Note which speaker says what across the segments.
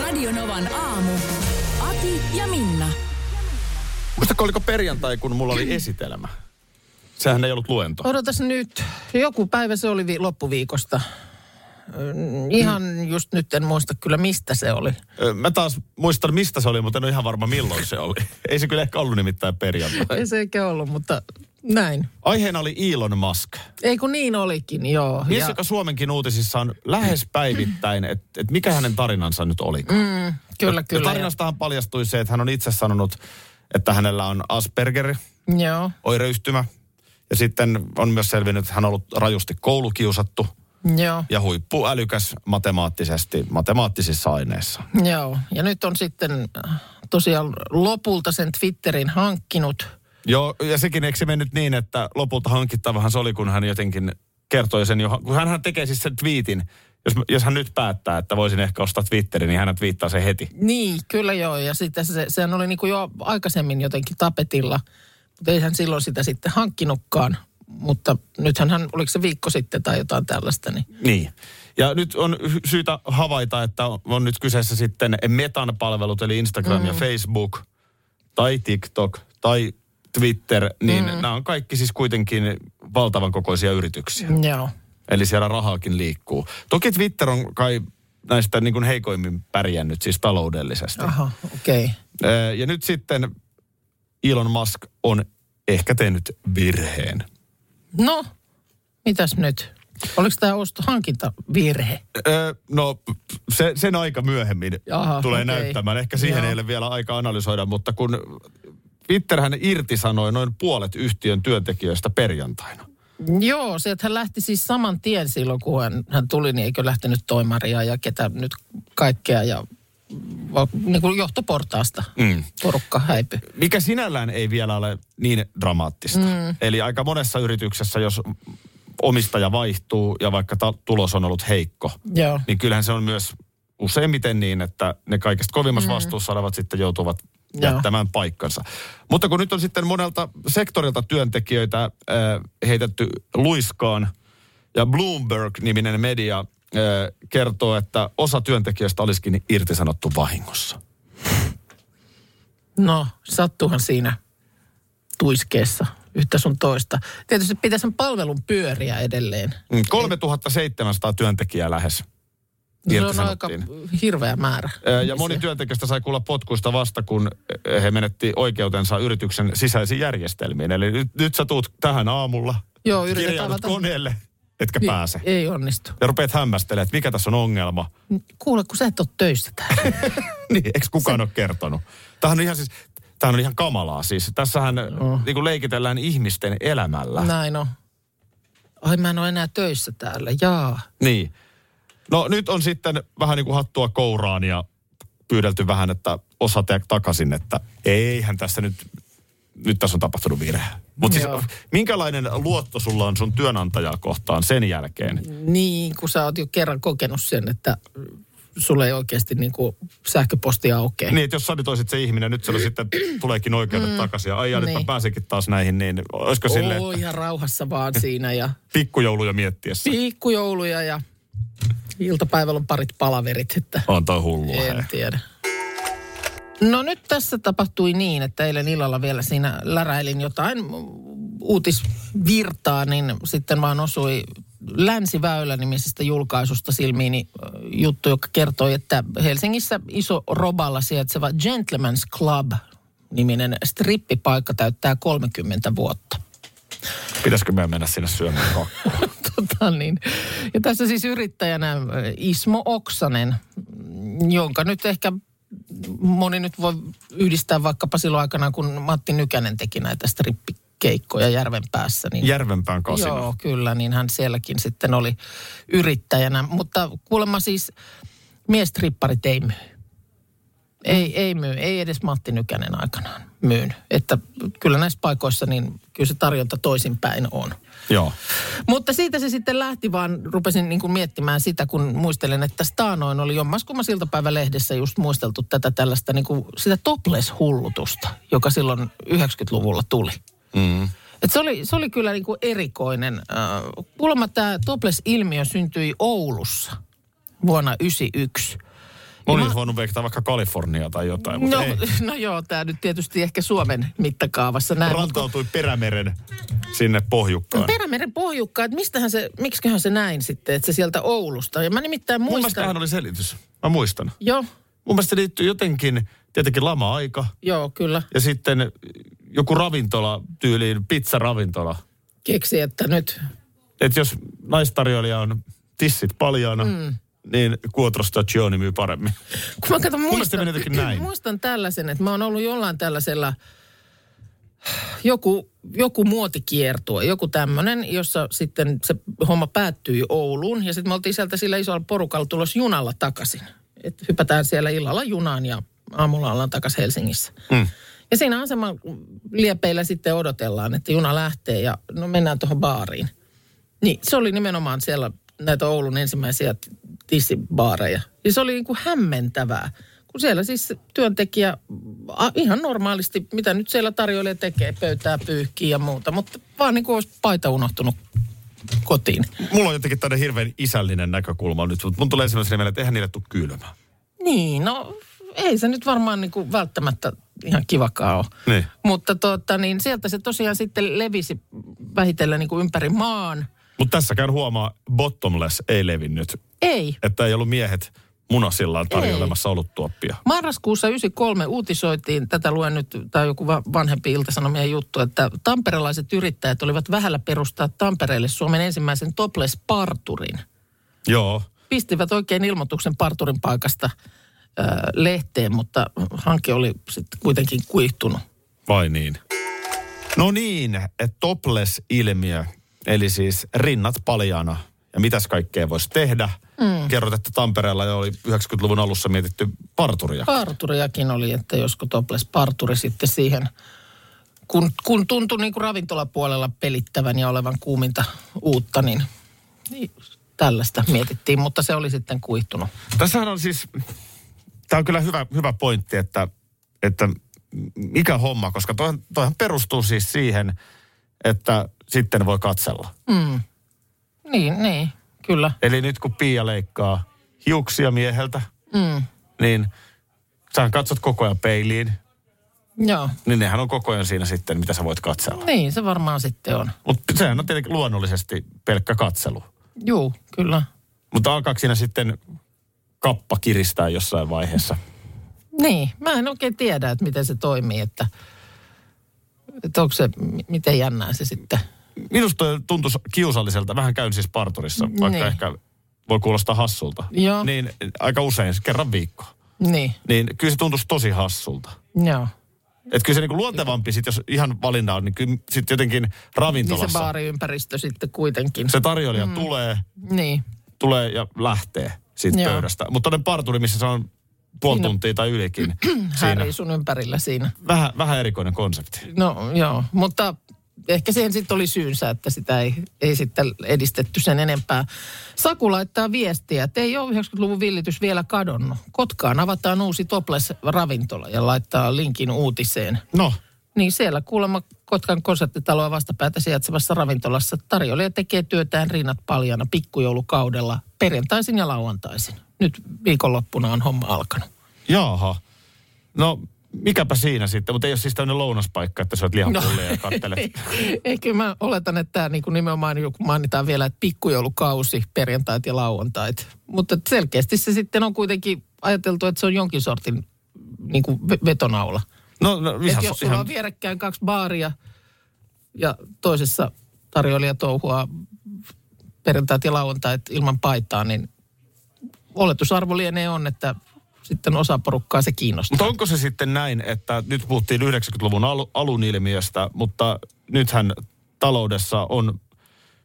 Speaker 1: Radionovan aamu. Ati ja Minna.
Speaker 2: Muistatko, oliko perjantai, kun mulla oli esitelmä? Sehän ei ollut luento.
Speaker 3: Odotas nyt. Joku päivä se oli vi- loppuviikosta. Mm, Ihan just nyt en muista kyllä mistä se oli.
Speaker 2: Ö, Mä taas muistan, mistä se oli, mutta en ole ihan varma, milloin se oli. Ei se kyllä ehkä ollut nimittäin perjantai.
Speaker 3: Ei se eikä ollut, mutta näin.
Speaker 2: Aiheena oli Elon Musk.
Speaker 3: Ei kun niin olikin, joo.
Speaker 2: Mies, joka Suomenkin uutisissa on lähes päivittäin, että et mikä hänen tarinansa nyt oli.
Speaker 3: mm, kyllä,
Speaker 2: Ja
Speaker 3: kyllä.
Speaker 2: tarinastahan paljastui se, että hän on itse sanonut, että hänellä on Asperger,
Speaker 3: Joo,
Speaker 2: oireyhtymä. Ja sitten on myös selvinnyt, että hän on ollut rajusti koulukiusattu
Speaker 3: joo,
Speaker 2: ja huippuälykäs matemaattisesti, matemaattisissa aineissa.
Speaker 3: joo. Ja nyt on sitten äh, tosiaan lopulta sen Twitterin hankkinut.
Speaker 2: Joo, ja sekin eikö se mennyt niin, että lopulta hankittavahan se oli, kun hän jotenkin kertoi sen jo, kun hän tekee siis sen twiitin, jos, jos hän nyt päättää, että voisin ehkä ostaa Twitterin, niin hän twiittaa sen heti.
Speaker 3: Niin, kyllä joo. Ja sitten se, sehän oli niin kuin jo aikaisemmin jotenkin tapetilla, mutta ei hän silloin sitä sitten hankkinutkaan. Mutta nythän hän, oliko se viikko sitten tai jotain tällaista, niin
Speaker 2: Niin. Ja nyt on hy- syytä havaita, että on- on nyt kyseessä sitten metan palvelut, eli Instagram mm. ja Facebook, tai TikTok, tai Twitter, niin mm. nämä on kaikki siis kuitenkin valtavan kokoisia yrityksiä.
Speaker 3: joo.
Speaker 2: Eli siellä rahaakin liikkuu. Toki Twitter on kai näistä niin kuin heikoimmin pärjännyt siis taloudellisesti.
Speaker 3: Aha, okei. Okay.
Speaker 2: Öö, Ja nyt sitten Elon Musk on ehkä tehnyt virheen.
Speaker 3: No, mitäs nyt? Oliko tämä ostohankintavirhe?
Speaker 2: Öö, No se, sen aika myöhemmin
Speaker 3: Aha,
Speaker 2: tulee
Speaker 3: okei.
Speaker 2: näyttämään. Ehkä siihen
Speaker 3: Joo.
Speaker 2: ei ole vielä aika analysoida, mutta kun Twitterhän irtisanoi noin puolet yhtiön työntekijöistä perjantaina.
Speaker 3: Joo, se, että hän lähti siis saman tien silloin, kun hän, hän tuli, niin eikö lähtenyt toimaria ja ketä nyt kaikkea ja va- niin kuin johtoportaasta mm. porukka häipy.
Speaker 2: mikä sinällään ei vielä ole niin dramaattista. Mm. Eli aika monessa yrityksessä, jos omistaja vaihtuu ja vaikka ta- tulos on ollut heikko,
Speaker 3: Joo.
Speaker 2: niin kyllähän se on myös useimmiten niin, että ne kaikista kovimmassa mm. vastuussa olevat sitten joutuvat
Speaker 3: Joo.
Speaker 2: jättämään paikkansa. Mutta kun nyt on sitten monelta sektorilta työntekijöitä äh, heitetty luiskaan, ja Bloomberg-niminen media äh, kertoo, että osa työntekijöistä olisikin irtisanottu vahingossa.
Speaker 3: No, sattuhan siinä tuiskeessa yhtä sun toista. Tietysti pitää sen palvelun pyöriä edelleen.
Speaker 2: Mm, 3700 työntekijää lähes
Speaker 3: No Se on aika
Speaker 2: irtisanottiin.
Speaker 3: hirveä määrä.
Speaker 2: Ö, Ja moni työntekijästä sai kuulla potkuista vasta, kun ö, he menetti oikeutensa yrityksen sisäisiin järjestelmiin. Eli nyt, nyt sä tuut tähän aamulla,
Speaker 3: Joo, yrität
Speaker 2: kirjaudut
Speaker 3: avata-
Speaker 2: koneelle, etkä
Speaker 3: Niin,
Speaker 2: pääse.
Speaker 3: Ei onnistu.
Speaker 2: Ja rupeat hämmästelemään, että mikä tässä on ongelma.
Speaker 3: Kuule, kun sä et ole töissä täällä.
Speaker 2: Niin, eikö kukaan ole kertonut? Tämähän on ihan siis... Tämähän on ihan kamalaa siis. Tässähän
Speaker 3: Oh.
Speaker 2: no. niin kuin leikitellään ihmisten elämällä.
Speaker 3: Näin on. Ai mä en ole enää töissä täällä, jaa.
Speaker 2: Niin. No nyt on sitten vähän niin kuin hattua kouraan ja pyydelty vähän, että osa te- takaisin, että eihän tässä nyt, nyt tässä on tapahtunut virhe. Mutta siis
Speaker 3: Joo.
Speaker 2: minkälainen luotto sulla on sun työnantajaa kohtaan sen jälkeen?
Speaker 3: Niin, kun sä oot jo kerran kokenut sen, että sulle ei oikeasti niin kuin sähköposti aukea.
Speaker 2: Niin, että jos sanitoisit se ihminen, nyt sulla sitten tuleekin oikeudet takaisin ja ai ja, nyt mä
Speaker 3: Niin.
Speaker 2: pääsenkin taas näihin, niin olisiko silleen,
Speaker 3: Oo,
Speaker 2: että
Speaker 3: ihan rauhassa vaan siinä ja
Speaker 2: pikkujouluja miettiessä?
Speaker 3: pikkujouluja ja iltapäivällä on parit palaverit, että
Speaker 2: On toi hullua. hei.
Speaker 3: en tiedä. No nyt tässä tapahtui niin, että eilen illalla vielä siinä läräilin jotain uutisvirtaa, niin sitten vaan osui Länsiväylä nimisestä julkaisusta silmiini ö, juttu, joka kertoi, että Helsingissä iso roballa sijaitseva Gentleman's Club niminen strippipaikka täyttää 30 vuotta.
Speaker 2: Pitäisikö meidän mennä sinne syömään kakkua?
Speaker 3: tota niin. Ja tässä siis yrittäjänä ö, Ismo Oksanen, jonka nyt ehkä moni nyt voi yhdistää vaikkapa silloin aikana, kun Matti Nykänen teki näitä strippikeikkoja järven päässä. Niin
Speaker 2: Järvenpään kasino.
Speaker 3: Joo, kyllä, niin hän sielläkin sitten oli yrittäjänä. Mutta kuulemma siis miestripparit ei myy. Ei, ei myy, ei edes Matti Nykänen aikanaan myynyt. Että kyllä näissä paikoissa niin kyllä se tarjonta toisinpäin on.
Speaker 2: Joo.
Speaker 3: Mutta siitä se sitten lähti, vaan rupesin niin kuin miettimään sitä, kun muistelen, että Staanoin oli jommaskummas iltapäivälehdessä just muisteltu tätä tällaista niin kuin sitä topless-hullutusta, joka silloin 90-luvulla tuli.
Speaker 2: Mm.
Speaker 3: Et se, oli, se oli kyllä niin kuin erikoinen. Äh, Kuulemma tämä topless-ilmiö syntyi Oulussa vuonna 1991.
Speaker 2: Olisi voinut veikata vaikka Kaliforniaa tai jotain, mutta
Speaker 3: No,
Speaker 2: ei.
Speaker 3: no joo, tämä nyt tietysti ehkä Suomen mittakaavassa näin. mut kun-
Speaker 2: Rantautui perämeren sinne pohjukkaan.
Speaker 3: Perämeren pohjukka, että mistähän se, miksiköhän se näin sitten, että se sieltä Oulusta. Ja mä nimittäin
Speaker 2: Mun mielestä tähän
Speaker 3: muistan.
Speaker 2: oli selitys. Mä muistan.
Speaker 3: Joo,
Speaker 2: Mun mielestä se liittyy jotenkin, tietenkin lama-aika
Speaker 3: joo, kyllä.
Speaker 2: ja sitten joku ravintola tyyliin, pizzaravintola.
Speaker 3: Keksi, että nyt
Speaker 2: Että jos naistarjoilija on tissit paljaana, mm. niin kuotrosta Gioni myy paremmin.
Speaker 3: Kun mä katson,
Speaker 2: mielestä
Speaker 3: muistan,
Speaker 2: meni jotenkin näin.
Speaker 3: muistan tällaisen, että mä oon ollut jollain tällaisella joku, joku muotikiertue, joku tämmöinen, jossa sitten se homma päättyi Ouluun. Ja sitten me oltiin sieltä sillä isolla porukalla tulos junalla takaisin. Että hypätään siellä illalla junaan ja aamulla ollaan takaisin Helsingissä.
Speaker 2: Mm.
Speaker 3: Ja siinä aseman liepeillä sitten odotellaan, että juna lähtee ja no mennään tuohon baariin. Niin, se oli nimenomaan siellä näitä Oulun ensimmäisiä tissibaareja. Ja se oli niin kuin hämmentävää, kun siellä siis työntekijä a, ihan normaalisti, mitä nyt siellä tarjoilija tekee, pöytää pyyhkii ja muuta, mutta vaan niin kuin olisi paita unohtunut kotiin.
Speaker 2: Mulla on jotenkin tämmöinen hirveän isällinen näkökulma nyt, mutta mun tulee ensimmäisenä mieleen, että eihän niille tule kylmä.
Speaker 3: Niin, no ei se nyt varmaan niin kuin välttämättä ihan kivakaan ole.
Speaker 2: Niin.
Speaker 3: Mutta tota, niin sieltä se tosiaan sitten levisi vähitellen niin kuin ympäri maan.
Speaker 2: Mutta tässäkään huomaa, bottomless ei levinnyt.
Speaker 3: Ei.
Speaker 2: Että ei ollut miehet munasillaan tarjoilemassa oluttuoppia.
Speaker 3: Marraskuussa 93 uutisoitiin, tätä luen nyt, tai joku va- vanhempi iltasanomien juttu, että tamperelaiset yrittäjät olivat vähällä perustaa Tampereelle Suomen ensimmäisen topless-parturin.
Speaker 2: Joo.
Speaker 3: Pistivät oikein ilmoituksen parturin paikasta ö, lehteen, mutta hanke oli sitten kuitenkin kuihtunut.
Speaker 2: Vai niin? No niin, että topless-ilmiö, eli siis rinnat paljana. Ja mitäs kaikkea voisi tehdä? Mm. Kerrot, että Tampereella jo oli 90-luvun alussa mietitty parturia.
Speaker 3: Parturiakin oli, että josko topless parturi sitten siihen, kun, kun tuntui niin kuin ravintolapuolella pelittävän ja olevan kuuminta uutta, niin, niin tällaista mietittiin, mutta se oli sitten kuihtunut.
Speaker 2: Tässähän on siis, tämä on kyllä hyvä, hyvä pointti, että, että mikä homma, koska toihan, toihan perustuu siis siihen, että sitten voi katsella.
Speaker 3: Niin, niin, kyllä.
Speaker 2: Eli nyt kun Pia leikkaa hiuksia mieheltä,
Speaker 3: Mm.
Speaker 2: niin sähän katsot koko ajan peiliin,
Speaker 3: Joo,
Speaker 2: niin nehän on koko ajan siinä sitten, mitä sä voit katsella.
Speaker 3: niin se varmaan sitten on.
Speaker 2: Mutta sehän on tietenkin luonnollisesti pelkkä katselu.
Speaker 3: Juu, kyllä.
Speaker 2: Mutta alkaako siinä sitten kappa kiristää jossain vaiheessa?
Speaker 3: Niin, mä en oikein tiedä, että miten se toimii, että, että onko se, m- miten jännää se sitten.
Speaker 2: Minusta toi tuntuu kiusalliselta. Vähän käyn siis parturissa, vaikka
Speaker 3: Niin.
Speaker 2: ehkä voi kuulostaa hassulta.
Speaker 3: Joo.
Speaker 2: Niin aika usein, kerran viikko.
Speaker 3: Niin,
Speaker 2: Niin kyllä se tuntuisi tosi hassulta.
Speaker 3: joo. Niin
Speaker 2: Että kyllä se niinku luontevampi sit, jos ihan valinta on, niin kyllä sit jotenkin
Speaker 3: Niin se
Speaker 2: ravintolassa.
Speaker 3: baariympäristö sitten kuitenkin.
Speaker 2: se tarjoilija mm. tulee,
Speaker 3: Niin.
Speaker 2: tulee ja lähtee siitä
Speaker 3: Joo.
Speaker 2: pöydästä. Mutta toinen parturi, missä se on puoli
Speaker 3: Siinä-
Speaker 2: tuntia tai ylikin. siinä.
Speaker 3: häiri sun ympärillä siinä.
Speaker 2: Vähän, vähän erikoinen konsepti.
Speaker 3: No joo, mutta ehkä siihen sitten oli syynsä, että sitä ei, ei sitten edistetty sen enempää. Saku laittaa viestiä, että ei ole 90-luvun villitys vielä kadonnut. Kotkaan avataan uusi topless-ravintola ja laittaa linkin uutiseen.
Speaker 2: No,
Speaker 3: Niin siellä kuulemma Kotkan konserttitaloa vastapäätä sijaitsevassa ravintolassa tarjoilija tekee työtään rinnat paljana pikkujoulukaudella perjantaisin ja lauantaisin. Nyt viikonloppuna on homma alkanut.
Speaker 2: Jaaha. No, mikäpä siinä sitten, mutta ei ole siis tämmöinen lounaspaikka, että syöt lihapullia no. ja kattelet.
Speaker 3: Ei, kyllä mä oletan, että tämä niin nimenomaan joku mainitaan vielä, että pikkujoulukausi, perjantait ja lauantait. Mutta selkeästi se sitten on kuitenkin ajateltu, että se on jonkin sortin niin kuin vetonaula.
Speaker 2: No, no
Speaker 3: Että
Speaker 2: ihan,
Speaker 3: jos sulla
Speaker 2: ihan
Speaker 3: on vierekkäin kaksi baaria ja toisessa tarjoilija touhua perjantait ja lauantait ilman paitaa, niin oletusarvo lienee on, että sitten osa porukkaa se kiinnostaa.
Speaker 2: Mutta onko se sitten näin, että nyt puhuttiin 90-luvun alu, alun ilmiöstä, mutta nythän taloudessa on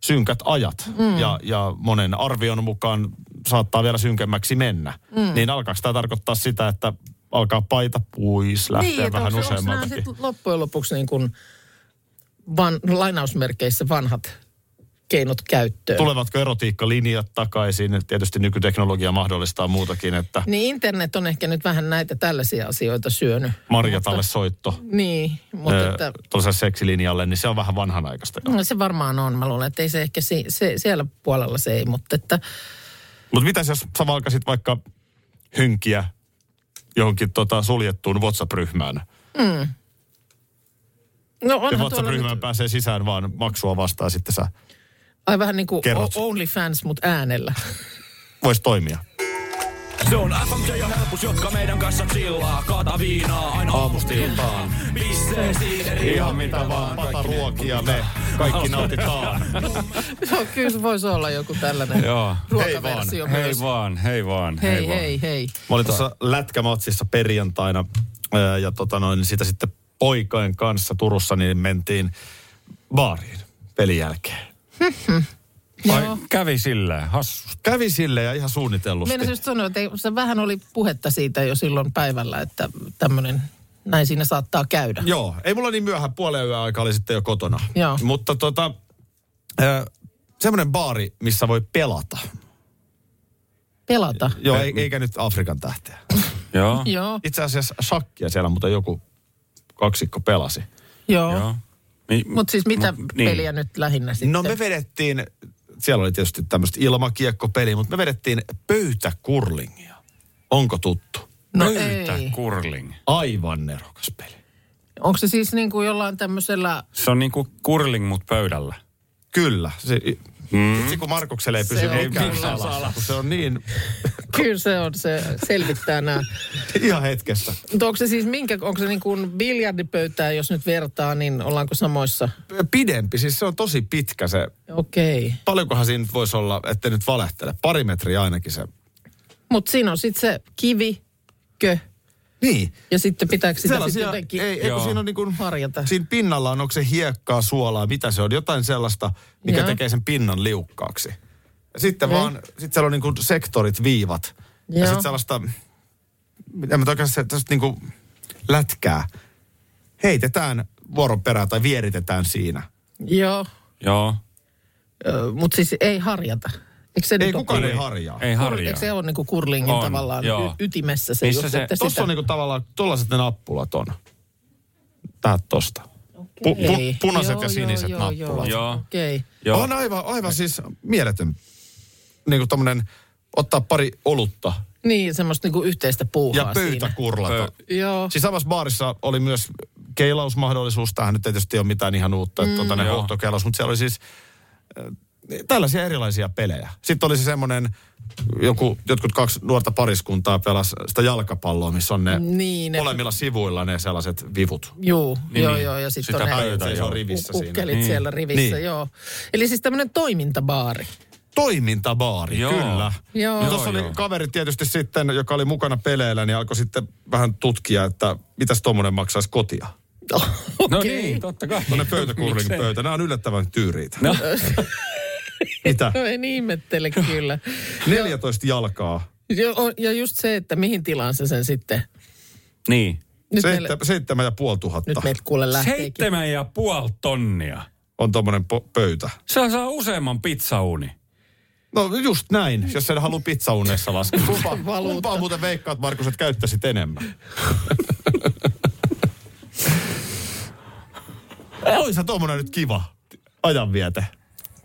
Speaker 2: synkät ajat mm. ja, ja monen arvion mukaan saattaa vielä synkemmäksi mennä, mm. niin alkaako tämä tarkoittaa sitä, että alkaa paita pois, lähteä
Speaker 3: niin,
Speaker 2: niin,
Speaker 3: että
Speaker 2: vähän
Speaker 3: onko se- onko nämä
Speaker 2: useammaltakin?
Speaker 3: sit loppujen lopuksi niin kuin van, lainausmerkeissä vanhat keinot käyttöön?
Speaker 2: Tulevatko erotiikkalinjat takaisin? Tietysti nykyteknologia mahdollistaa muutakin, että
Speaker 3: Niin internet on ehkä nyt vähän näitä tällaisia asioita syönyt.
Speaker 2: Marjatalle soitto
Speaker 3: Niin, mutta
Speaker 2: ö,
Speaker 3: että,
Speaker 2: tuollaiselle seksilinjalle, niin se on vähän vanhanaikaista. jo.
Speaker 3: no, se varmaan on. Mä luulen, että ei se ehkä si, se, siellä puolella se ei, mutta että
Speaker 2: Mutta mitäs jos sä valkasit vaikka hynkiä johonkin tota suljettuun WhatsApp-ryhmään?
Speaker 3: no
Speaker 2: Ja
Speaker 3: onhan tuolla nyt,
Speaker 2: WhatsApp-ryhmään pääsee sisään vaan maksua vastaan, sitten sä
Speaker 3: ai vähän niin kuin
Speaker 2: Kerrot.
Speaker 3: OnlyFans, mutta äänellä.
Speaker 2: vois toimia.
Speaker 4: Se on FMJ ja helpus, jotka meidän kanssa chillaa. Kaata viinaa aina aamusta iltaan. Pissee siideri, ihan mitä vaan.
Speaker 2: Pata ruokia me kaikki nautitaan.
Speaker 3: No, kyllä se voisi olla joku tällainen
Speaker 5: Joo.
Speaker 3: ruokaversio
Speaker 5: Hei
Speaker 3: myös.
Speaker 5: vaan, hei vaan, hei,
Speaker 3: hei,
Speaker 5: vaan.
Speaker 3: hei, hei.
Speaker 2: Mä olin tuossa lätkämatsissa perjantaina ää, ja tota noin, sitä sitten poikain kanssa Turussa niin mentiin baariin pelin jälkeen.
Speaker 5: Ai, kävi sillä, hassusti.
Speaker 2: Kävi sille ja ihan suunnitellusti.
Speaker 3: Meidän just sanoa, että ei, se vähän oli puhetta siitä jo silloin päivällä, että tämmöinen, näin siinä saattaa käydä.
Speaker 2: Joo, ei mulla niin myöhään, puolen yön aika oli sitten jo kotona.
Speaker 3: Joo.
Speaker 2: Mutta tota, äh, semmoinen baari, missä voi pelata.
Speaker 3: Pelata.
Speaker 2: Joo, ei, eikä nyt Afrikan tähteä.
Speaker 5: Joo,
Speaker 3: Joo,
Speaker 2: Itse asiassa shakkia siellä, mutta joku kaksikko pelasi.
Speaker 3: joo.
Speaker 5: joo. Mi-
Speaker 3: Mutta siis mitä
Speaker 5: mut- niin.
Speaker 3: peliä nyt lähinnä sitten?
Speaker 2: No me vedettiin, siellä oli tietysti tämmöistä ilmakiekkopeliä, mutta me vedettiin pöytäkurlingia. Onko tuttu?
Speaker 3: no
Speaker 5: Pöytä
Speaker 3: ei.
Speaker 5: curling.
Speaker 2: Aivan nerokas peli.
Speaker 3: Onko se siis niin kuin jollain tämmöisellä,
Speaker 5: Se on niinku curling, mutta pöydällä.
Speaker 2: Kyllä. Se, mm. Vitsi, kun Markukselle ei pysy
Speaker 3: Se on
Speaker 2: mikään
Speaker 3: kyllä
Speaker 2: salassa.
Speaker 3: salassa.
Speaker 2: kun Se on niin
Speaker 3: kyllä se on, se selvittää nämä.
Speaker 2: ihan hetkessä.
Speaker 3: Mutta onko se siis minkä, onko se niin kuin biljardipöytää, jos nyt vertaa, niin ollaanko samoissa?
Speaker 2: Pidempi, siis se on tosi pitkä se
Speaker 3: Okei. Okay.
Speaker 2: paljonkohan siinä nyt voisi olla, että nyt valehtele. Pari metriä ainakin se.
Speaker 3: Mutta siinä on sitten se kivikö,
Speaker 2: Niin.
Speaker 3: ja sitten pitääkö sitä sitten
Speaker 2: Sellaisia,
Speaker 3: jotenkin...
Speaker 2: ei, ei kun
Speaker 5: Joo.
Speaker 2: siinä on niin kuin,
Speaker 3: Harjata.
Speaker 2: siinä pinnalla on, onko se hiekkaa, suolaa, mitä se on, jotain sellaista, mikä
Speaker 3: Joo.
Speaker 2: tekee sen pinnan liukkaaksi. Ja sitten
Speaker 3: Okei.
Speaker 2: vaan, sitten siellä on niin kuin sektorit, viivat. Ja
Speaker 3: Joo.
Speaker 2: sitten sellaista, mitä mä oikeastaan tästä niin kuin lätkää. Heitetään vuoron perään tai vieritetään siinä.
Speaker 3: Joo,
Speaker 5: Joo,
Speaker 3: mutta siis ei harjata. Eikö se
Speaker 2: Ei
Speaker 3: nyt
Speaker 2: kukaan
Speaker 3: ole,
Speaker 2: ei harjaa.
Speaker 5: ei harjaa.
Speaker 3: Eikö se ole niinku kurlingin
Speaker 5: On,
Speaker 3: tavallaan
Speaker 5: joo.
Speaker 3: y- ytimessä se,
Speaker 5: Missä
Speaker 3: just,
Speaker 5: se-
Speaker 3: että sitä...
Speaker 2: Tossa on niinku tavallaan, tollaset ne nappulat on. Tää tosta. Pu- pu- punaiset ja siniset nappulat.
Speaker 5: Joo.
Speaker 3: Okei. Okay.
Speaker 5: Joo.
Speaker 2: On aivan, aivan siis mieletön. Niinku tommonen, ottaa pari olutta
Speaker 3: Niin, semmoista niinku yhteistä puuhaa
Speaker 2: ja pöytä
Speaker 3: siinä.
Speaker 2: kurlata.
Speaker 5: Pö-
Speaker 3: Joo.
Speaker 2: Siis samassa baarissa oli myös keilausmahdollisuus. Tämähän nyt tietysti ei ole mitään ihan uutta,
Speaker 3: Mm.
Speaker 2: että tuota on tänne
Speaker 5: Joo.
Speaker 2: huuhtokeilaus, mutta siellä oli siis äh, tällaisia erilaisia pelejä. Sitten oli se semmoinen, joku, jotkut kaksi nuorta pariskuntaa pelas sitä jalkapalloa, missä on ne,
Speaker 3: Niin, ne-
Speaker 2: molemmilla sivuilla ne sellaiset vivut.
Speaker 3: Joo,
Speaker 5: Niin,
Speaker 3: niin, joo,
Speaker 5: niin.
Speaker 3: joo, ja sitten
Speaker 5: Sitä
Speaker 3: on ne
Speaker 5: pöytä, joo.
Speaker 2: Se on rivissä
Speaker 3: u-
Speaker 2: siinä.
Speaker 3: ukkelit niin. siellä rivissä,
Speaker 2: Niin.
Speaker 3: niin. joo. Eli siis tämmöinen toimintabaari.
Speaker 2: Toimintabaari,
Speaker 5: Joo.
Speaker 2: kyllä.
Speaker 3: Joo.
Speaker 2: Ja tuossa
Speaker 5: Joo,
Speaker 2: oli
Speaker 5: joo.
Speaker 2: kaveri tietysti sitten, joka oli mukana peleillä, niin alkoi sitten vähän tutkia, että mitäs tuommoinen maksaisi kotia.
Speaker 5: No
Speaker 3: Okei.
Speaker 5: niin, totta kai.
Speaker 2: Tuonne pöytäkurlin
Speaker 5: Miksei?
Speaker 2: pöytä. Nämä on yllättävän tyyriitä.
Speaker 5: No.
Speaker 2: Mitä?
Speaker 3: No en ihmettele kyllä.
Speaker 2: 14 jalkaa.
Speaker 3: Jo, o- ja just se, että mihin tilaan se sen sitten...
Speaker 5: Niin.
Speaker 3: Nyt,
Speaker 2: Seittä,
Speaker 3: meillä,
Speaker 2: Seitsemän ja puoli tuhatta
Speaker 3: nyt meiltä kuule lähteekin.
Speaker 5: Seitsemän ja puoli tonnia.
Speaker 2: on tuommoinen po- pöytä.
Speaker 5: Se saa useamman pizzauni.
Speaker 2: No just näin, jos sen halua pizzaunessa laskea. Kumpaa,
Speaker 3: Valuutta.
Speaker 2: kumpaa muuten veikkaat, Markus, että käyttäisit enemmän? Oisa tuommoinen nyt kiva ajanviete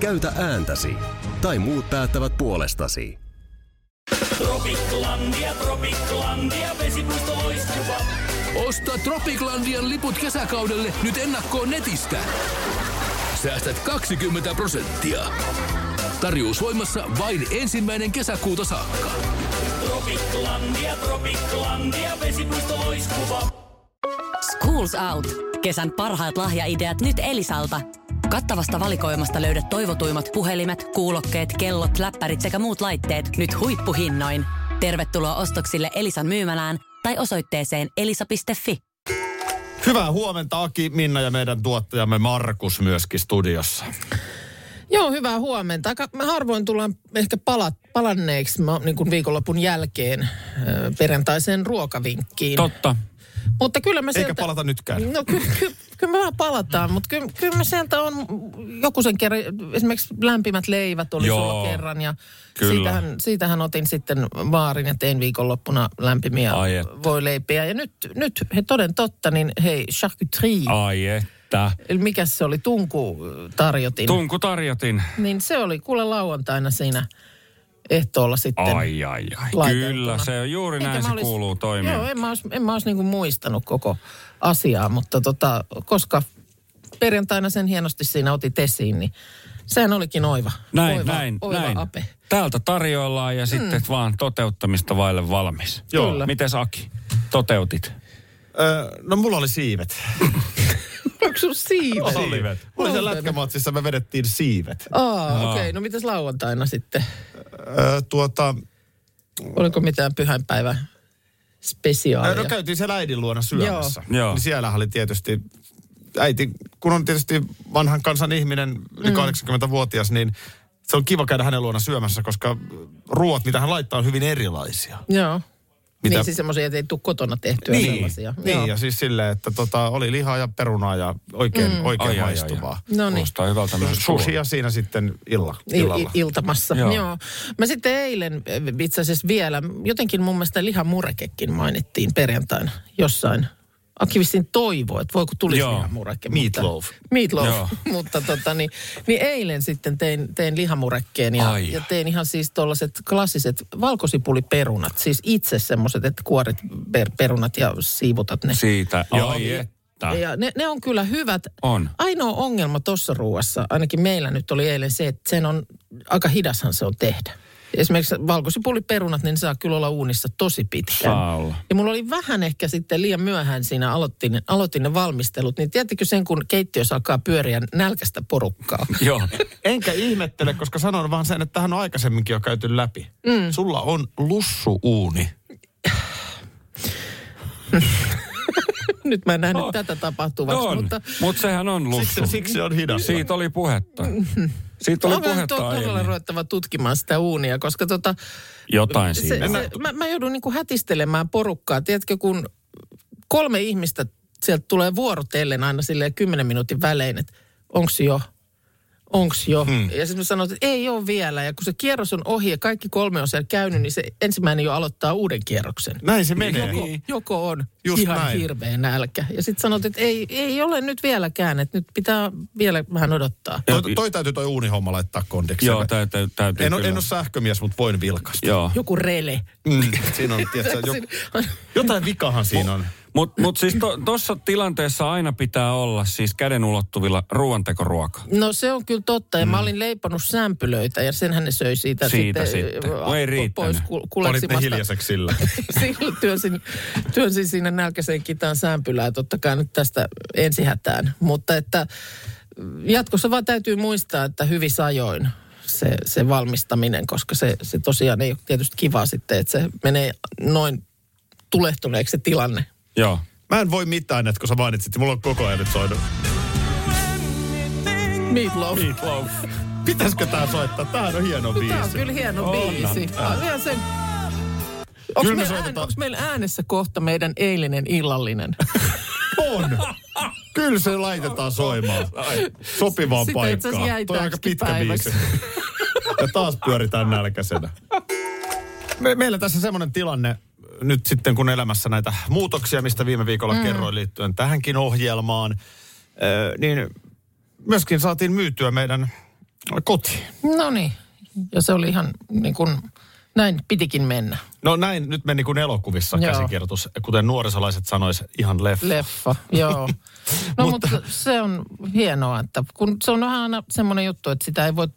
Speaker 6: Käytä ääntäsi. Tai muut päättävät puolestasi.
Speaker 4: Tropiklandia, Tropiklandia, vesipuisto loistuva.
Speaker 7: Osta Tropiclandian liput kesäkaudelle nyt ennakkoon netistä. Säästät 20 prosenttia. Tarjous voimassa vain ensimmäinen kesäkuuta saakka.
Speaker 8: Schools Out. Kesän parhaat lahjaideat nyt Elisalta. Kattavasta valikoimasta löydät toivotuimmat puhelimet, kuulokkeet, kellot, läppärit sekä muut laitteet nyt huippuhinnoin. Tervetuloa ostoksille Elisan myymälään tai osoitteeseen elisa.fi.
Speaker 2: Hyvää huomenta Aki, Minna ja meidän tuottajamme Markus myöskin studiossa.
Speaker 3: Joo, hyvää huomenta. Aika me harvoin tullaan ehkä pala, palanneeksi mä, niin kuin viikonlopun jälkeen ö, perjantaiseen ruokavinkkiin.
Speaker 5: Totta.
Speaker 3: Mutta kyllä me sieltä...
Speaker 2: Eikä palata nytkään.
Speaker 3: No kyllä ky, ky, me vaan palataan, mutta kyllä ky me sieltä on joku sen kerran, esimerkiksi lämpimät leivät oli
Speaker 5: Joo.
Speaker 3: sulla kerran ja
Speaker 5: Kyllä.
Speaker 3: siitähän, siitähän otin sitten vaarin ja tein viikonloppuna lämpimiä
Speaker 5: Ai että.
Speaker 3: voileipiä. Ja nyt, nyt he toden totta, niin hei, charcuterie, ah.
Speaker 5: Ai että.
Speaker 3: eli mikä se oli, tunku tarjotin.
Speaker 5: Tunku tarjotin.
Speaker 3: Niin se oli kuule lauantaina siinä ehtoolla sitten.
Speaker 5: Ai, ai, ai.
Speaker 3: laiteltuna.
Speaker 5: Kyllä, se on juuri
Speaker 3: Enkä
Speaker 5: näin
Speaker 3: Niin. mä
Speaker 5: se
Speaker 3: olis-
Speaker 5: kuuluu
Speaker 3: Joo,
Speaker 5: toimia.
Speaker 3: en mä ois, en mä ois niinku muistanut koko asiaa, mutta tota, koska perjantaina sen hienosti siinä otit esiin, niin sehän olikin oiva.
Speaker 5: Näin,
Speaker 3: oiva,
Speaker 5: näin,
Speaker 3: oiva
Speaker 5: näin.
Speaker 3: Ape.
Speaker 5: Täältä tarjoillaan ja sitten vaan toteuttamista vaille valmis.
Speaker 3: Joo. Kyllä.
Speaker 5: Mites Aki? Toteutit.
Speaker 2: Öö, no mulla oli siivet.
Speaker 3: Onko sun siivet?
Speaker 2: Siivet. Mulla oli se lätkämatsissa, me vedettiin siivet.
Speaker 3: Aa, okei. Okay. No mitäs lauantaina sitten?
Speaker 2: Öö, tuota,
Speaker 3: Oliko mitään pyhänpäivä
Speaker 2: öö,
Speaker 3: spesiaalia?
Speaker 2: no käytiin siellä äidin luona syömässä.
Speaker 5: Joo. Joo.
Speaker 2: Niin siellähän oli tietysti, äiti, kun on tietysti vanhan kansan ihminen, yli 80-vuotias, niin se on kiva käydä hänen luona syömässä, koska ruoat, mitä hän laittaa, on hyvin erilaisia.
Speaker 3: Joo.
Speaker 2: Mitä-
Speaker 3: Niin siis semmoisia, että ei tule kotona tehtyä sellaisia.
Speaker 2: niin
Speaker 3: Joo.
Speaker 2: ja siis silleen, että tota, oli lihaa ja perunaa ja oikein, mm. oikein ai,
Speaker 5: Ai, ai, ai,
Speaker 2: maistuvaa. Ai,
Speaker 3: No niin.
Speaker 5: Kuulostaa hyvältä myös
Speaker 2: Susia siinä sitten illa,
Speaker 3: Il-
Speaker 2: illalla.
Speaker 3: il- iltamassa. Joo.
Speaker 5: Joo.
Speaker 3: Joo. Mä sitten eilen eh, itse asiassa vielä, jotenkin mun mielestä lihamurekekin mainittiin perjantaina jossain. Aki vissiin toivoi, että voi kun tulisi
Speaker 5: Joo.
Speaker 3: lihamureke.
Speaker 2: Meatloaf.
Speaker 3: Mutta, meatloaf,
Speaker 5: Joo.
Speaker 3: mutta tota niin, niin eilen sitten tein, tein lihamurekkeen ja,
Speaker 5: Ai.
Speaker 3: ja tein ihan siis tuollaiset klassiset valkosipuliperunat. Siis itse semmoiset, että kuorit per, perunat ja siivutat ne.
Speaker 5: Siitä.
Speaker 3: Joo.
Speaker 5: Ai että.
Speaker 3: Ja ne, ne on kyllä hyvät.
Speaker 5: On.
Speaker 3: Ainoa ongelma tuossa ruuassa, ainakin meillä nyt oli eilen se, että sen on, aika hidashan se on tehdä. Esimerkiksi valkosipuliperunat, niin ne saa kyllä olla uunissa tosi pitkään.
Speaker 5: Saa olla.
Speaker 3: Ja mulla oli vähän ehkä sitten liian myöhään siinä aloitin, aloitin ne valmistelut. Niin tiedättekö sen, kun keittiössä alkaa pyöriä nälkästä porukkaa?
Speaker 5: Joo.
Speaker 2: Enkä ihmettele, koska sanon vaan sen, että tähän on aikaisemminkin jo käyty läpi. Mm. Sulla on lussuuuni.
Speaker 3: nyt mä en nähnyt oh. tätä tapahtuvaksi,
Speaker 5: No, On,
Speaker 3: mutta...
Speaker 5: mutta Mut sehän on lussu.
Speaker 2: Siksi, siksi on hidas.
Speaker 5: Siitä oli puhetta. Siitä oli
Speaker 3: Onko nyt
Speaker 5: puhetta
Speaker 3: Mm. to- todella
Speaker 5: aiemmin.
Speaker 3: ruvettava tutkimaan sitä uunia, koska tota,
Speaker 5: Jotain
Speaker 3: Se-
Speaker 5: siinä.
Speaker 3: se- mä, mä joudun niinku hätistelemään porukkaa. Tiedätkö, kun kolme ihmistä sieltä tulee vuorotellen aina silleen kymmenen minuutin välein, että onks jo, onks jo. Hmm. Ja sitten mä sanon, että ei ole vielä. Ja kun se kierros on ohi ja kaikki kolme on siellä käynyt, niin se ensimmäinen jo aloittaa uuden kierroksen.
Speaker 2: Näin se menee.
Speaker 3: Joko, joko on
Speaker 2: No niin. Just
Speaker 3: ihan
Speaker 2: näin.
Speaker 3: hirveä nälkä. Ja sitten sanot, että ei, ei ole nyt vieläkään, että nyt pitää vielä vähän odottaa.
Speaker 2: Toi, toi täytyy toi uunihomma laittaa kondikseen.
Speaker 5: Joo, täytyy, täytyy
Speaker 2: en, o-
Speaker 5: kyllä.
Speaker 2: en ole sähkömies, mutta voin vilkaista.
Speaker 5: Joo.
Speaker 3: Joku rele.
Speaker 2: Mm, siinä on, tiedätkö, jo, jotain vikahan siinä on.
Speaker 5: Mutta mut siis tuossa tilanteessa aina pitää olla siis käden ulottuvilla ruoantekoruoka.
Speaker 3: No se on kyllä totta. Ja mm. mä olin leiponut sämpylöitä ja senhän ne söi siitä,
Speaker 5: Siitä
Speaker 3: sitten,
Speaker 5: sitten.
Speaker 3: äh,
Speaker 5: No ei
Speaker 3: po-
Speaker 5: riittänyt.
Speaker 3: pois kul-
Speaker 2: Panit ne
Speaker 3: kuleksimasta.
Speaker 2: hiljaiseksi sillä.
Speaker 3: Silloin työnsin, työnsin siinä nälkäiseen kitaan sämpylää totta kai nyt tästä ensihätään. Mutta että mm, jatkossa vaan täytyy muistaa, että hyvissä ajoin se, se valmistaminen, koska se, se tosiaan ei ole tietysti kivaa sitten, että se menee noin tulehtuneeksi se tilanne.
Speaker 5: Joo.
Speaker 2: Mä en voi mitään, että kun sä mainitsit, niin mulla on koko ajan nyt soinut.
Speaker 3: Meatloaf.
Speaker 5: Niin,
Speaker 2: Meatloaf. Pitäisikö tää soittaa? Tämähän on hieno biisi.
Speaker 3: Tämä on kyllä hieno biisi. Tää on ihan sen... Onko
Speaker 2: Kyllä me
Speaker 3: meillä, ään,
Speaker 2: soitetaan.
Speaker 3: onks meillä äänessä kohta meidän eilinen illallinen?
Speaker 2: On. Kyllä se laitetaan soimaan. Sopivaan
Speaker 3: Sitä itse asiassa jäi
Speaker 2: paikkaan. Toi on aika
Speaker 3: täksikin
Speaker 2: pitkä
Speaker 3: päiväksi.
Speaker 2: biisi. Ja taas pyöritään nälkäisenä. Me, meillä tässä semmoinen tilanne nyt sitten, kun elämässä näitä muutoksia, mistä viime viikolla mm. kerroin liittyen tähänkin ohjelmaan, ö, niin myöskin saatiin myytyä meidän koti.
Speaker 3: No niin. Ja se oli ihan niin kuin, näin pitikin mennä.
Speaker 2: No näin nyt meni kuin elokuvissa
Speaker 3: Joo.
Speaker 2: käsikirjoitus, kuten nuorisolaiset sanois ihan leffa.
Speaker 3: Leffa, joo. No mutta, mutta se on hienoa, että kun se on vähän aina semmoinen juttu, että sitä ei voi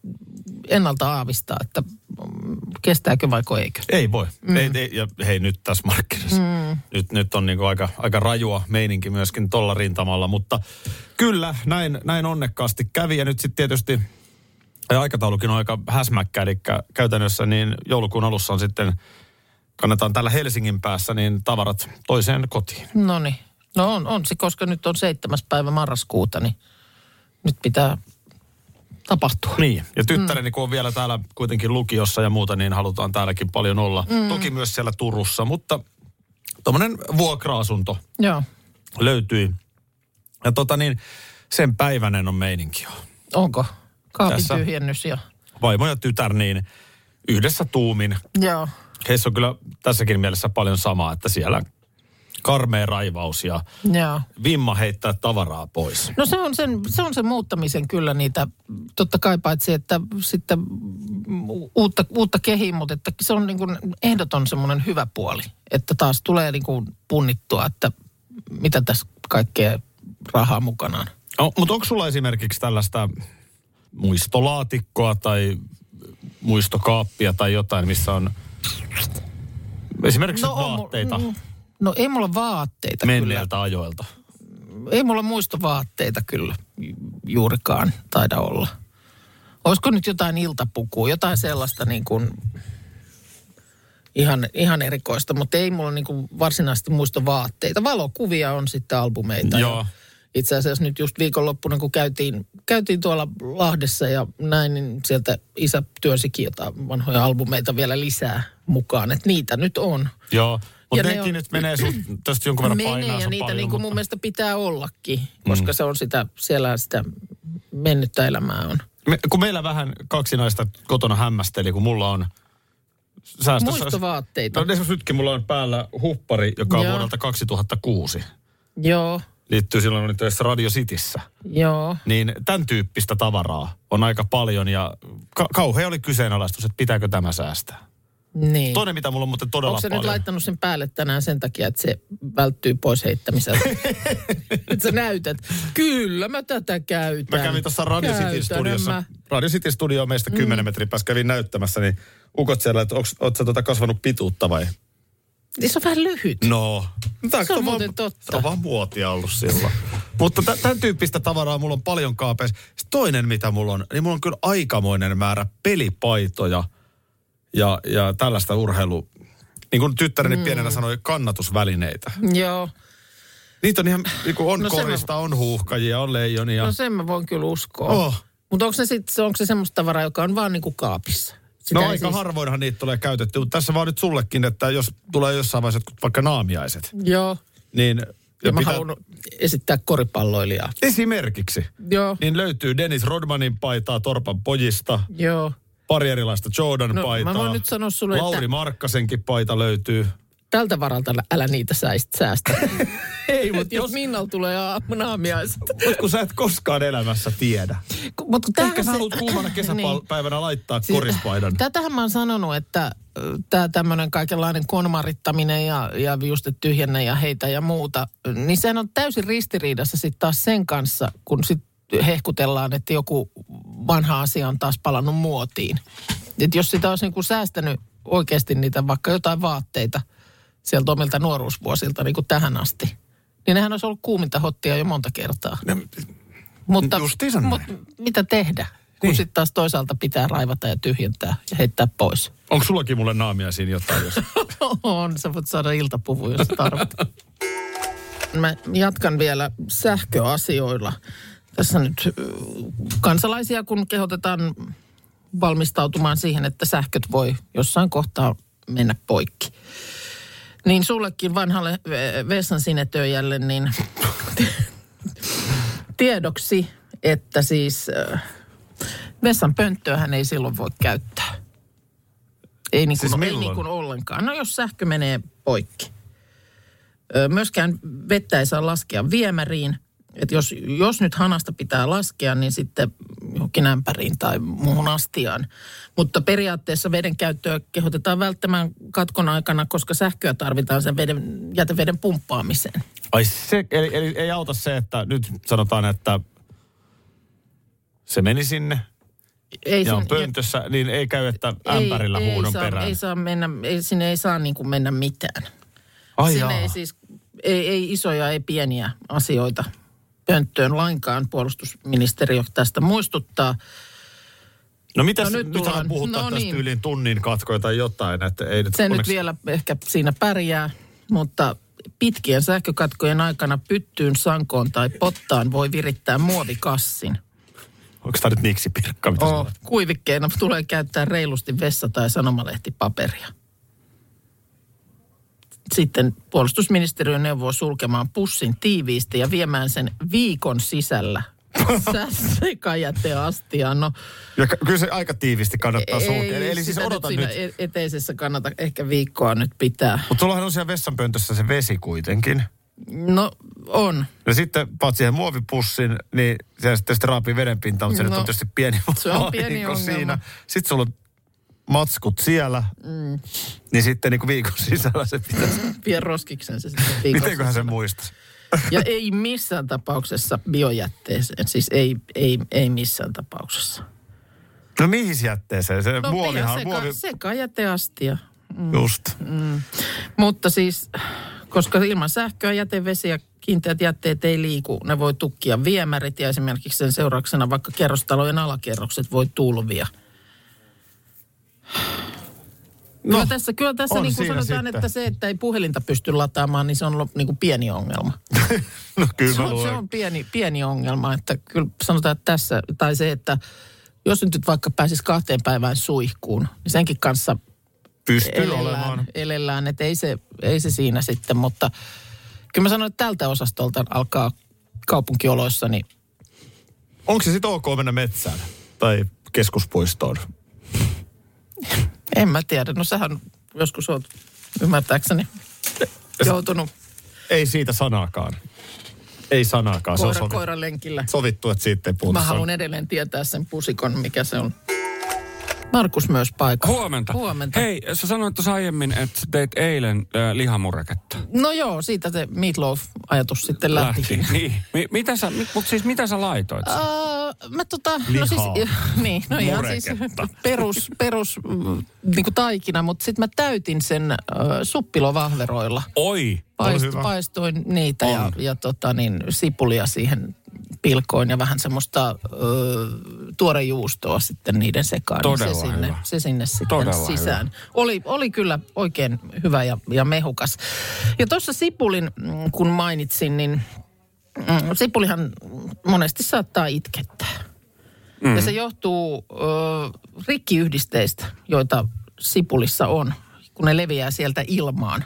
Speaker 3: ennalta aavistaa, että mm, kestääkö vai eikö.
Speaker 2: Ei voi. Mm. Ei, ei, ja hei, nyt tässä markkinassa. Mm. Nyt, nyt on niinku aika, aika rajua meininki myöskin tuolla rintamalla, mutta kyllä näin, näin onnekkaasti kävi. Ja nyt sitten tietysti ja aikataulukin on aika häsmäkkä, eli käytännössä niin joulukuun alussa on sitten, kannetaan täällä Helsingin päässä, niin tavarat toiseen kotiin.
Speaker 3: No niin. No on, on se, koska nyt on seitsemäs päivä marraskuuta, niin nyt pitää tapahtua.
Speaker 2: Niin, ja tyttäreni kun on vielä täällä kuitenkin lukiossa ja muuta, niin halutaan täälläkin paljon olla. Mm. Toki myös siellä Turussa, mutta tuommoinen vuokra-asunto
Speaker 3: Joo.
Speaker 2: löytyi. Ja tota niin, sen päivänen on meininki jo.
Speaker 3: Onko? Kaapin
Speaker 2: Tässä.
Speaker 3: tyhjennys ja...
Speaker 2: Vaimo ja tytär niin yhdessä tuumin.
Speaker 3: Joo.
Speaker 2: Heissä on kyllä tässäkin mielessä paljon samaa, että siellä karmea raivaus ja
Speaker 3: Joo.
Speaker 2: vimma heittää tavaraa pois.
Speaker 3: No se on, sen, se on sen muuttamisen kyllä niitä, totta kai paitsi, että sitten u- uutta, uutta kehiin, mutta että se on niin kuin ehdoton semmoinen hyvä puoli, että taas tulee niin kuin punnittua, että mitä tässä kaikkea rahaa mukanaan.
Speaker 2: No, mutta onko sulla esimerkiksi tällaista muistolaatikkoa tai muistokaappia tai jotain, missä on esimerkiksi no,
Speaker 3: on mu-
Speaker 2: vaatteita
Speaker 3: mm, No ei mulla vaatteita kyllä.
Speaker 2: menneiltä ajoilta?
Speaker 3: Ei mulla muistovaatteita kyllä ju- juurikaan taida olla. Olisiko nyt jotain iltapukua, jotain sellaista niin kuin ihan, ihan erikoista, mutta ei mulla niin kuin varsinaisesti muistovaatteita. Valokuvia on sitten albumeita. ja
Speaker 2: Joo.
Speaker 3: Itse asiassa nyt just viikonloppuna, kun käytiin, käytiin tuolla Lahdessa ja näin, niin sieltä isä työnsikin jotain vanhoja albumeita vielä lisää mukaan. Että niitä nyt on.
Speaker 2: Joo, mutta
Speaker 3: Ja ne
Speaker 2: nekin
Speaker 3: on-
Speaker 2: nyt menee sun, tästä jonkun verran painaa
Speaker 3: ja
Speaker 2: sen
Speaker 3: niitä
Speaker 2: paljon,
Speaker 3: niin kuin mun
Speaker 2: mutta- Mm.
Speaker 3: mielestä pitää ollakin, koska se on sitä, siellä sitä mennyttä elämää on.
Speaker 2: Me, kun meillä vähän kaksi naista kotona hämmästeli, kun mulla on säästössä...
Speaker 3: Muistovaatteita.
Speaker 2: No esimerkiksi nytkin mulla on päällä huppari, joka on
Speaker 3: Joo.
Speaker 2: vuodelta 2006. niin.
Speaker 3: Joo,
Speaker 2: Liittyy silloin, olin töissä Radio Cityssä.
Speaker 3: joo.
Speaker 2: Niin tämän tyyppistä tavaraa on aika paljon ja ka- kauhea oli kyseenalaistus, että pitääkö tämä säästää.
Speaker 3: Niin.
Speaker 2: Toinen, mitä mulla on muuten todella
Speaker 3: Onko se
Speaker 2: paljon.
Speaker 3: nyt laittanut sen päälle tänään sen takia, että se välttyy pois heittämiseltä? että sä näytät, kyllä mä tätä käytän.
Speaker 2: Mä kävin tuossa Radio City
Speaker 3: Käytän
Speaker 2: studiossa.
Speaker 3: mä.
Speaker 2: Radio City studio on
Speaker 3: Mm.
Speaker 2: meistä 10 metriä päässä. Kävin näyttämässä, niin ukot siellä, että onks- oot sä tota kasvanut pituutta vai?
Speaker 3: Niin se on vähän lyhyt.
Speaker 2: No. Tämä
Speaker 3: Se on muuten totta.
Speaker 2: Se on vaan muotia ollut silloin. Mutta tä- tämän tyyppistä tavaraa mulla on paljon kaapeissa. Sitten toinen, mitä mulla on, niin mulla on kyllä aikamoinen määrä pelipaitoja ja, ja tällaista urheilu... Niin kuin tyttäreni mm. pienenä sanoi, kannatusvälineitä.
Speaker 3: Joo.
Speaker 2: Niitä on ihan, niin kuin on
Speaker 3: No
Speaker 2: no
Speaker 3: se mä-
Speaker 2: korista, on huuhkajia, on leijonia.
Speaker 3: No sen mä voin kyllä uskoa.
Speaker 2: Oh.
Speaker 3: Mutta onko se, sit, onko se semmoista tavaraa, joka on vaan niinku kaapissa? Sitä
Speaker 2: No
Speaker 3: ei
Speaker 2: aika siis... harvoinhan niitä tulee käytetty, mutta tässä vaan nyt sullekin, että jos tulee jossain vaiheessa jotkut vaikka naamiaiset,
Speaker 3: Joo.
Speaker 2: niin...
Speaker 3: Ja, ja mä pitää... haluan esittää koripalloilijaa.
Speaker 2: Esimerkiksi.
Speaker 3: Joo.
Speaker 2: Niin löytyy Dennis Rodmanin paitaa Torpan pojista,
Speaker 3: Joo.
Speaker 2: pari erilaista
Speaker 3: No,
Speaker 2: Jordan-paitaa.
Speaker 3: mä voin nyt sanoa sulle,
Speaker 2: Lauri
Speaker 3: että-
Speaker 2: Markkasenkin paita löytyy.
Speaker 3: Tältä varalta älä- älä niitä säist, säästä. Ei, mutta jos Minnal tulee aamuna aamiaiset.
Speaker 2: Mutta kun sä et koskaan elämässä tiedä.
Speaker 3: Mutta
Speaker 2: Ehkä sä haluat kuumana
Speaker 3: Niin.
Speaker 2: kesäpäivänä laittaa
Speaker 3: Siis-
Speaker 2: korispaidan.
Speaker 3: Tätähän mä oon sanonut, että tämä tämmöinen kaikenlainen konmarittaminen ja, ja just että tyhjennä ja heitä ja muuta, niin sehän on täysin ristiriidassa sitten taas sen kanssa, kun sit hehkutellaan, että joku vanha asia on taas palannut muotiin. Et jos sitä olisi niinku säästänyt oikeasti niitä vaikka jotain vaatteita sieltä omilta nuoruusvuosilta niinku tähän asti, niin nehän olisi ollut kuuminta hottia jo monta kertaa. Mutta,
Speaker 2: Justiinsa näin.
Speaker 3: mutta mitä tehdä, kun niin. sitten taas toisaalta pitää raivata ja tyhjentää ja heittää pois.
Speaker 2: Onko sullakin mulle naamiaisiin jotain? Jos...
Speaker 3: On, sä voit saada iltapuvu, jos tarvitset. Mä jatkan vielä sähköasioilla. Tässä nyt ö, kansalaisia, kun kehotetaan valmistautumaan siihen, että sähköt voi jossain kohtaa mennä poikki. Niin sullekin vanhalle ö, vessan sinetöijälle, niin tiedoksi, että siis ö, vessan pönttöähän ei silloin voi käyttää. Ei niin kuin,
Speaker 2: Siis
Speaker 3: ei
Speaker 2: milloin?
Speaker 3: niin kuin ollenkaan. No jos sähkö menee poikki. Ö, Myöskään vettä ei saa laskea viemäriin. Et jos, jos nyt hanasta pitää laskea, niin sitten johonkin ämpäriin tai muuhun astiaan. Mutta periaatteessa veden käyttöä kehotetaan välttämään katkon aikana, koska sähköä tarvitaan sen veden, jäteveden pumppaamiseen.
Speaker 2: Ai se, eli, eli ei auta se, että nyt sanotaan, että se meni sinne,
Speaker 3: ei
Speaker 2: ja
Speaker 3: sen-
Speaker 2: on pöntössä, niin ei käy, että ämpärillä
Speaker 3: ei,
Speaker 2: huudon
Speaker 3: ei saa,
Speaker 2: perään.
Speaker 3: Ei saa mennä, ei, sinne ei saa niin kuin mennä mitään.
Speaker 2: Ai jaa.
Speaker 3: sinne ei siis, ei, ei isoja, ei pieniä asioita pönttöön lainkaan. Puolustusministeriö tästä muistuttaa.
Speaker 2: No mitäs,
Speaker 3: No
Speaker 2: no,
Speaker 3: nyt
Speaker 2: nyt
Speaker 3: tullaan.
Speaker 2: nythän puhutaan
Speaker 3: No
Speaker 2: no,
Speaker 3: niin.
Speaker 2: tästä yli tunnin katkoja tai jotain, että ei nyt
Speaker 3: Se nyt vielä ehkä siinä pärjää, mutta pitkien sähkökatkojen aikana pyttyyn, sankoon tai pottaan voi virittää muovikassin.
Speaker 2: onko tämä nyt niksi pirkka, mitä
Speaker 3: Oh,
Speaker 2: oh.
Speaker 3: kuivikkeena tulee käyttää reilusti vessa- tai sanomalehtipaperia. Sitten puolustusministeriö neuvoo sulkemaan pussin tiiviisti ja viemään sen viikon sisällä sekajäteastiaan. No,
Speaker 2: Ja k- kyllä se aika tiivisti kannattaa sulkea. Eli, eli siis
Speaker 3: sitä
Speaker 2: odota
Speaker 3: nyt.
Speaker 2: nyt.
Speaker 3: Siinä e- eteisessä kannata ehkä viikkoa nyt pitää.
Speaker 2: Mutta sullahan on siellä vessanpöntössä se vesi kuitenkin.
Speaker 3: No on.
Speaker 2: Ja sitten paat siihen muovipussin, niin siellä sitten sitten raapii vedenpinta, mutta se
Speaker 3: No.
Speaker 2: nyt on tietysti pieni
Speaker 3: Se on pieni
Speaker 2: vahinko
Speaker 3: ongelma.
Speaker 2: siinä. Sitten sulla on matskut siellä, mm. niin sitten niin kuin viikon sisällä se pitäisi.
Speaker 3: Vien roskiksen se sitten viikon
Speaker 2: Mitenköhän se muistaisi?
Speaker 3: Ja ei missään tapauksessa biojätteeseen. Siis ei, ei, ei missään tapauksessa.
Speaker 2: No mihin se jätteeseen? Se no, muovihan,
Speaker 3: seka,
Speaker 2: muovi,
Speaker 3: sekajäteastia.
Speaker 2: just.
Speaker 3: Mutta siis, koska ilman sähköä jätevesi ja kiinteät jätteet ei liiku, ne voi tukkia viemärit ja esimerkiksi sen seurauksena vaikka kerrostalojen alakerrokset voi tulvia. No, kyllä tässä, kyllä tässä
Speaker 2: on
Speaker 3: niin kuin
Speaker 2: siinä
Speaker 3: sanotaan,
Speaker 2: sitten.
Speaker 3: että se, että ei puhelinta pysty lataamaan, niin se on lo- niin kuin pieni ongelma.
Speaker 2: No kyllä
Speaker 3: Se
Speaker 2: mä
Speaker 3: on, se
Speaker 2: luen.
Speaker 3: on pieni, pieni ongelma, että kyllä sanotaan, että tässä, tai se, että jos nyt vaikka pääsisi kahteen päivään suihkuun, niin senkin kanssa
Speaker 2: Pystyy
Speaker 3: elellään,
Speaker 2: olemaan.
Speaker 3: elellään että ei se, ei se siinä sitten, mutta kyllä mä sanoin, että tältä osastolta alkaa kaupunkioloissa, niin
Speaker 2: Onko se sitten ok mennä metsään tai keskuspuistoon?
Speaker 3: en mä tiedä. No sähän joskus oot ymmärtääkseni joutunut
Speaker 2: Ei siitä sanaakaan. Ei sanaakaan. Se on
Speaker 3: koira,
Speaker 2: sovi-
Speaker 3: koiran lenkillä.
Speaker 2: sovittu, että siitä ei puhuta.
Speaker 3: Mä
Speaker 2: Se on-
Speaker 3: haluan edelleen tietää sen pusikon, mikä se on. Markus myös paikka.
Speaker 5: Huomenta.
Speaker 3: Huomenta.
Speaker 5: Hei, sä sanoit tuossa aiemmin, että sä teit eilen äh, lihamureketta.
Speaker 3: No joo, siitä se meatloaf-ajatus sitten lähtikin.
Speaker 5: Niin. Mi- mitä sä, mi- mut siis mitä sä laitoit? Uh,
Speaker 3: Öö, mä tota, no
Speaker 2: Lihaa.
Speaker 3: siis, niin, no ihan siis
Speaker 2: Mureketta.
Speaker 3: perus, perus mm, niinku taikina, mutta sitten mä täytin sen äh, ö, suppilovahveroilla.
Speaker 5: Oi!
Speaker 3: Paist,
Speaker 2: hyvä.
Speaker 3: paistoin niitä ja, ja tota, niin, sipulia siihen pilkoin ja vähän semmoista ö, tuorejuustoa sitten niiden sekaan. Niin se
Speaker 5: Todella
Speaker 3: sinne,
Speaker 5: hyvä.
Speaker 3: se sinne sitten
Speaker 5: Todella
Speaker 3: sisään. Oli, oli kyllä oikein hyvä ja, ja mehukas. Ja tuossa sipulin, mm, kun mainitsin, niin Mm, sipulihan monesti saattaa itkettää. Mm. Ja se johtuu ö, rikkiyhdisteistä, joita sipulissa on, kun ne leviää sieltä ilmaan.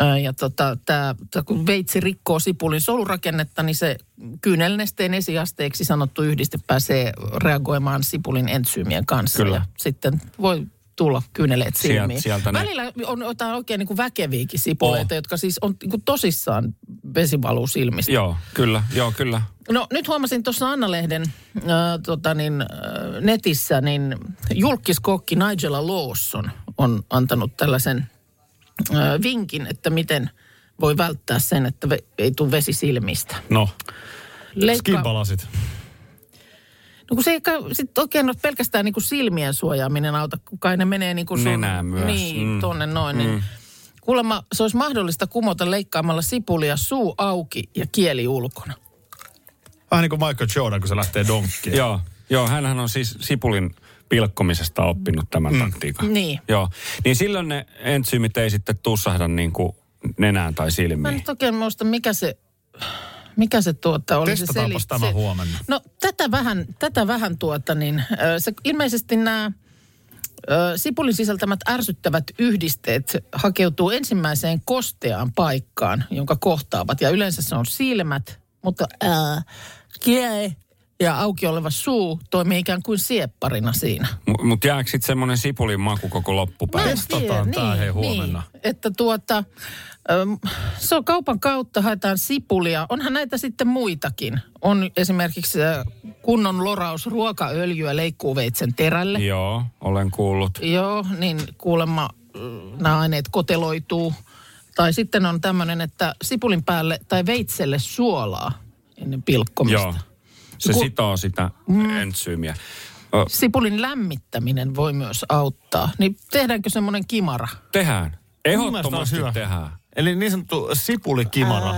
Speaker 3: Ö, ja tota, tää, tää, kun veitsi rikkoo sipulin solurakennetta, niin se kyynelnesteen esiasteeksi sanottu yhdiste pääsee reagoimaan sipulin entsyymien kanssa.
Speaker 5: Kyllä.
Speaker 3: Ja sitten voi tulla kyyneleet
Speaker 5: Sielt-
Speaker 3: silmiin.
Speaker 5: sieltä ne-
Speaker 3: Välillä on jotain oikein niin kuin väkeviäkin sipuleita,
Speaker 5: On.
Speaker 3: jotka siis on niin kuin tosissaan vesivaluu silmistä.
Speaker 5: Joo, kyllä, joo, kyllä.
Speaker 3: No nyt huomasin tuossa Anna-lehden äh, tota niin, äh, netissä, niin julkiskokki Nigella Lawson on antanut tällaisen äh, vinkin, että miten voi välttää sen, että ve- ei tule vesi silmistä.
Speaker 2: No,
Speaker 3: Leikkaa,
Speaker 2: skimpalasit.
Speaker 3: no kun se ei kai- sit oikein ole pelkästään niin kuin silmien suojaaminen auta, kun kai ne menee niin kuin sun,
Speaker 5: Nenään myös.
Speaker 3: Niin,
Speaker 5: Mm.
Speaker 3: tonne noin. Niin. Kuulemma se olisi mahdollista kumota leikkaamalla sipulia suu auki ja kieli ulkona.
Speaker 2: Vähän niin kuin Michael Jordan, kun se lähtee donkkiin.
Speaker 5: Joo, joo, hänhän on siis sipulin pilkkomisesta oppinut tämän mm. taktiikan.
Speaker 3: Niin.
Speaker 5: Joo, niin silloin ne entsyymit ei sitten tussahda niin kuin nenään tai
Speaker 3: Mä en
Speaker 5: silmiin.
Speaker 3: nyt oikein muista, mikä se, mikä se tuota oli. Se
Speaker 2: Testataapas tämä
Speaker 3: se,
Speaker 2: huomenna.
Speaker 3: No tätä vähän, tätä vähän tuota niin, ö, se, ilmeisesti nämä ö, sipulin sisältämät ärsyttävät yhdisteet hakeutuu ensimmäiseen kosteaan paikkaan, jonka kohtaavat. Ja yleensä se on silmät, mutta ää, kieli ja auki oleva suu toimii ikään kuin siepparina siinä.
Speaker 5: Mutta mut jääkö sitten semmoinen sipulin maku
Speaker 3: Mä
Speaker 5: koko
Speaker 3: en
Speaker 5: loppupäivä?
Speaker 2: Testataan
Speaker 3: tiedä,
Speaker 2: tää, hei, huomenna.
Speaker 3: Niin, että tuota, äm, se on kaupan kautta, haetaan sipulia. Onhan näitä sitten muitakin. On esimerkiksi äh, kunnon loraus ruokaöljyä leikkuuveitsen terälle.
Speaker 5: Joo, olen kuullut.
Speaker 3: Joo, niin kuulemma mm, nämä aineet koteloituu. Tai sitten on tämmöinen, että sipulin päälle tai veitselle suolaa ennen pilkkomista.
Speaker 5: Joo, se
Speaker 3: Ku-
Speaker 2: Mm.
Speaker 5: sitoo sitä entsyymiä. Ö.
Speaker 3: Sipulin lämmittäminen voi myös auttaa. Niin tehdäänkö semmoinen kimara?
Speaker 5: Tehdään.
Speaker 2: Mun
Speaker 5: Ehdottomasti
Speaker 2: mielestä olisi hyvä.
Speaker 5: tehdään.
Speaker 2: Eli niin sanottu sipulikimara.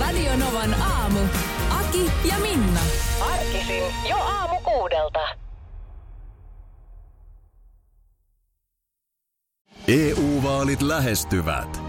Speaker 1: Radio Novan aamu. Aki ja Minna.
Speaker 9: Arkisin jo aamu kuudelta.
Speaker 6: EU-vaalit E lähestyvät.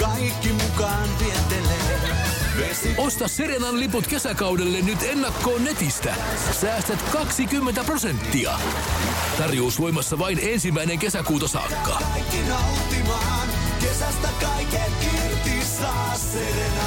Speaker 4: kaikki mukaan vientelee. Vesi
Speaker 7: Osta Serenan liput kesäkaudelle nyt ennakkoon netistä. Säästät 20 prosenttia. Tarjous voimassa vain ensimmäinen kesäkuuta saakka.
Speaker 4: kaikki nauttimaan, kesästä kaiken irti saa Serena.